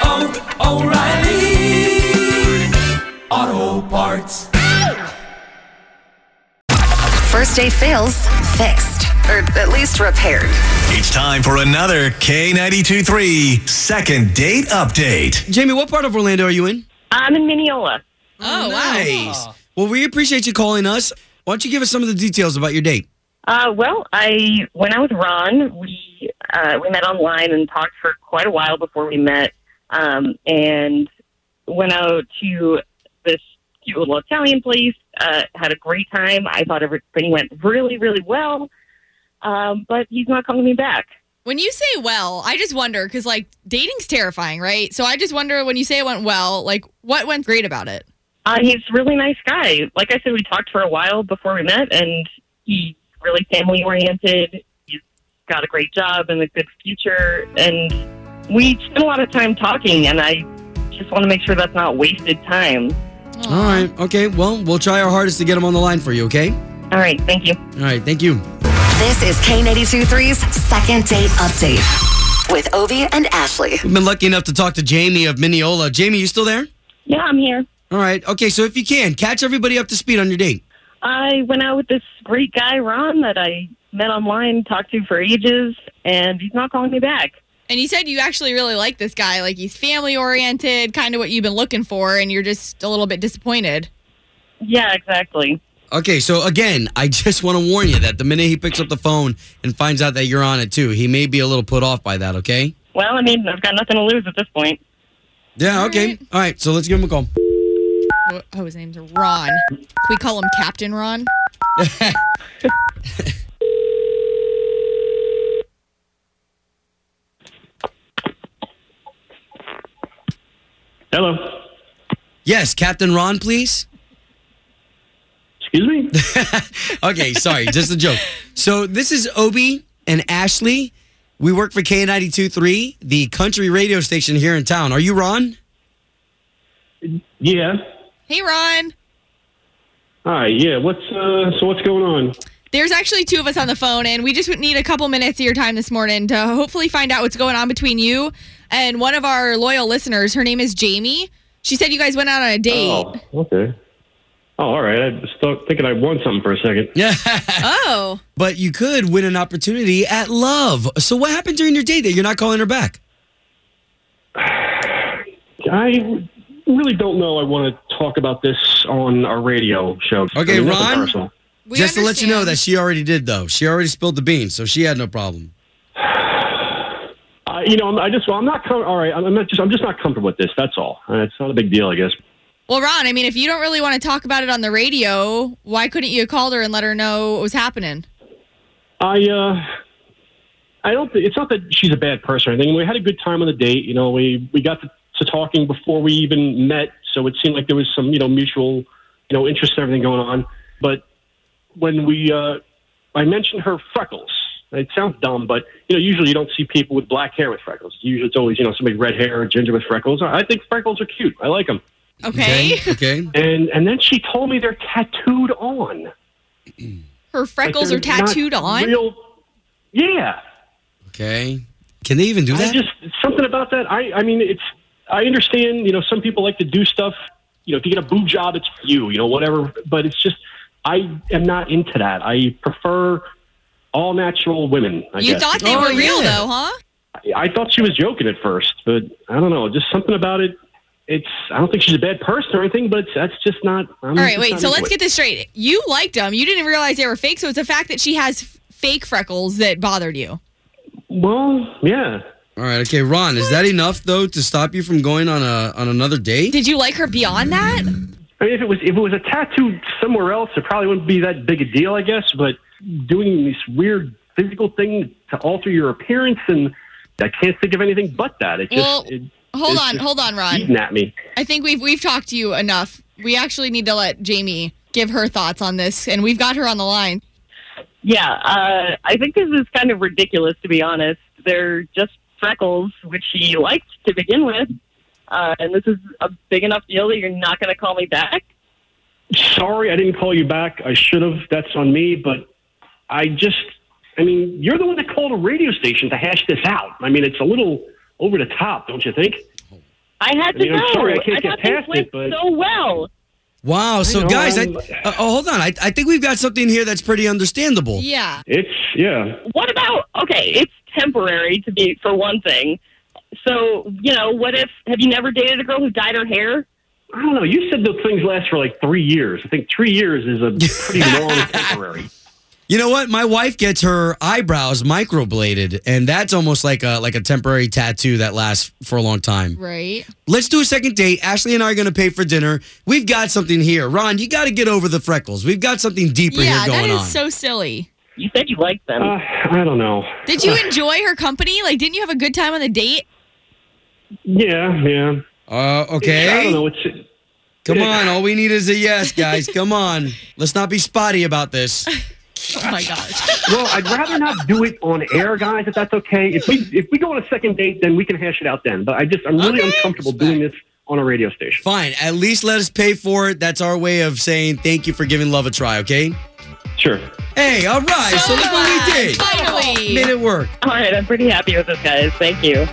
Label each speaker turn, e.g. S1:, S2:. S1: oh, oh, O'Reilly! Auto Parts.
S2: First day fails, fixed, or at least repaired.
S3: It's time for another K92 3 second date update.
S4: Jamie, what part of Orlando are you in?
S5: I'm in Mineola.
S4: Oh, nice. Well, we appreciate you calling us. Why don't you give us some of the details about your date?
S5: Uh, well, I when I was Ron, we uh, we met online and talked for quite a while before we met, um, and went out to this cute little Italian place. Uh, had a great time. I thought everything went really, really well, um, but he's not calling me back.
S6: When you say well, I just wonder because like dating's terrifying, right? So I just wonder when you say it went well, like what went great about it?
S5: Uh, he's a really nice guy. Like I said, we talked for a while before we met, and he's really family oriented. He's got a great job and a good future, and we spent a lot of time talking. And I just want to make sure that's not wasted time.
S4: All right. Okay. Well, we'll try our hardest to get him on the line for you, okay?
S5: All right, thank you.
S4: All right. Thank you.
S2: This is K823's second date update with Ovi and Ashley.
S4: We've been lucky enough to talk to Jamie of Mineola. Jamie, you still there?
S5: Yeah, I'm here.
S4: All right. Okay. So if you can, catch everybody up to speed on your date.
S5: I went out with this great guy, Ron, that I met online, talked to for ages, and he's not calling me back.
S6: And you said you actually really like this guy, like he's family oriented, kind of what you've been looking for, and you're just a little bit disappointed.
S5: Yeah, exactly.
S4: Okay. So again, I just want to warn you that the minute he picks up the phone and finds out that you're on it too, he may be a little put off by that. Okay.
S5: Well, I mean, I've got nothing to lose at this point.
S4: Yeah.
S6: All
S4: okay.
S6: right.
S4: All right. So let's give him a call.
S6: Oh, his name's Ron. Can we call him Captain Ron?
S7: Hello.
S4: Yes, Captain Ron, please.
S7: Excuse me?
S4: okay, sorry, just a joke. So this is Obi and Ashley. We work for K92.3, the country radio station here in town. Are you Ron?
S7: yeah.
S6: Hey, Ron.
S7: Hi. Yeah. What's uh? So what's going on?
S6: There's actually two of us on the phone, and we just would need a couple minutes of your time this morning to hopefully find out what's going on between you and one of our loyal listeners. Her name is Jamie. She said you guys went out on a date.
S7: Oh.
S6: Oh,
S7: Okay. Oh, all right. I was thought- thinking I won something for a second.
S4: Yeah.
S6: oh.
S4: but you could win an opportunity at love. So what happened during your date that you're not calling her back?
S7: I really don't know. I want to talk about this on our radio show.
S4: Okay,
S7: I nothing
S4: Ron?
S7: personal.
S6: We
S4: just to let you know
S6: understand.
S4: that she already did though. She already spilled the beans, so she had no problem.
S7: I, you know, I'm, I just. Well, I'm not. Com- all right. I'm I'm not just. I'm just not comfortable with this. That's all. Uh, it's not a big deal, I guess.
S6: Well, Ron, I mean, if you don't really want to talk about it on the radio, why couldn't you have called her and let her know what was happening?
S7: I uh, I don't. Think, it's not that she's a bad person or anything. We had a good time on the date. You know, we we got to, to talking before we even met, so it seemed like there was some you know mutual you know interest and everything going on. But when we uh, I mentioned her freckles. It sounds dumb, but you know, usually you don't see people with black hair with freckles. Usually, it's always you know somebody with red hair or ginger with freckles. I I think freckles are cute. I like them.
S6: Okay.
S4: Okay.
S7: And and then she told me they're tattooed on.
S6: Her
S7: Like,
S6: freckles
S7: they're
S6: are tattooed
S7: not
S6: on.
S7: Real, yeah.
S4: Okay. Can they even do
S7: I
S4: that?
S7: just something about that. I I mean, it's I understand. You know, some people like to do stuff. You know, if you get a boob job, it's for you. You know, whatever. But it's just I am not into that. I prefer all natural women. I
S6: you
S7: guess.
S6: thought they
S4: Oh,
S6: were real,
S4: yeah.
S6: though, huh?
S7: I thought she was joking at first, but I don't know. Just something about it. It's I don't think she's a bad person or anything, but it's, that's just not. I'm
S6: All right,
S7: just
S6: wait.
S7: not
S6: So
S7: into
S6: let's
S7: it.
S6: get this straight. You liked them. You didn't realize they were fake. So it's the fact that she has f- fake freckles that bothered you.
S7: Well, yeah.
S4: All right, okay, Ron, is that enough though to stop you from going on a on another date?
S6: Did you like her beyond that?
S7: I mean, if it was if it was a tattoo somewhere else, it probably wouldn't be that big a deal, I guess. But doing this weird physical thing to alter your appearance, and I can't think of anything but that. It just
S6: Well,
S7: it,
S6: Hold
S7: it's
S6: on,
S7: just
S6: hold on, Ron.
S7: eating at me.
S6: I think we've we've talked to you enough. We actually need to let Jamie give her thoughts on this, and we've got her on the line.
S5: Yeah, uh, I think this is kind of ridiculous, to be honest. They're just freckles, which she liked to begin with. Uh, and this is a big enough deal that you're not going to call me back.
S7: Sorry, I didn't call you back. I should have. That's on me. But I just, I mean, you're the one that called a radio station to hash this out. I mean, it's a little over the top, don't you think?
S5: I had to
S7: I mean, I'm
S5: know.
S7: sorry, I can't get
S5: thought
S7: past
S5: this went
S7: it, but-
S5: so well.
S4: Wow. So,
S7: know,
S4: guys, I,
S7: I'm-
S4: uh, oh, hold on. I, I think we've got something here that's pretty understandable.
S6: Yeah.
S7: It's yeah.
S5: what about okay it's temporary to be for one thing so you know what if have you never dated a girl who dyed her hair
S7: I don't know. You said those things last for like three years. I think three years is a pretty long temporary.
S4: You know what? My wife gets her eyebrows microbladed, and that's almost like a like a temporary tattoo that lasts for a long time.
S6: Right.
S4: Let's do a second date. Ashley and I are going to pay for dinner. We've got something here, Ron. You got to get over the freckles. We've got something deeper
S6: Yeah,
S4: here going
S6: that is
S4: on.
S6: so silly.
S5: you said you liked them
S7: Uh, I don't know. Uh,
S6: Did you enjoy her company? Like, didn't you have a good time on the date?
S7: Yeah, yeah.
S4: uh,
S7: I don't
S4: okay.
S7: know. It's
S4: Come on. All we need is a yes, guys. Come on. Let's not be spotty about this.
S6: Oh my gosh.
S7: well, I'd rather not do it on air, guys. If that's okay. If we if we go on a second date, then we can hash it out then. But I just I'm really uncomfortable doing this on a radio station.
S4: Fine. At least let us pay for it. That's our way of saying thank you for giving love a try, okay?
S7: Sure.
S4: Hey, all right. So, look what we did.
S6: Finally.
S4: Made it work.
S5: all right i'm pretty happy with this guys thank you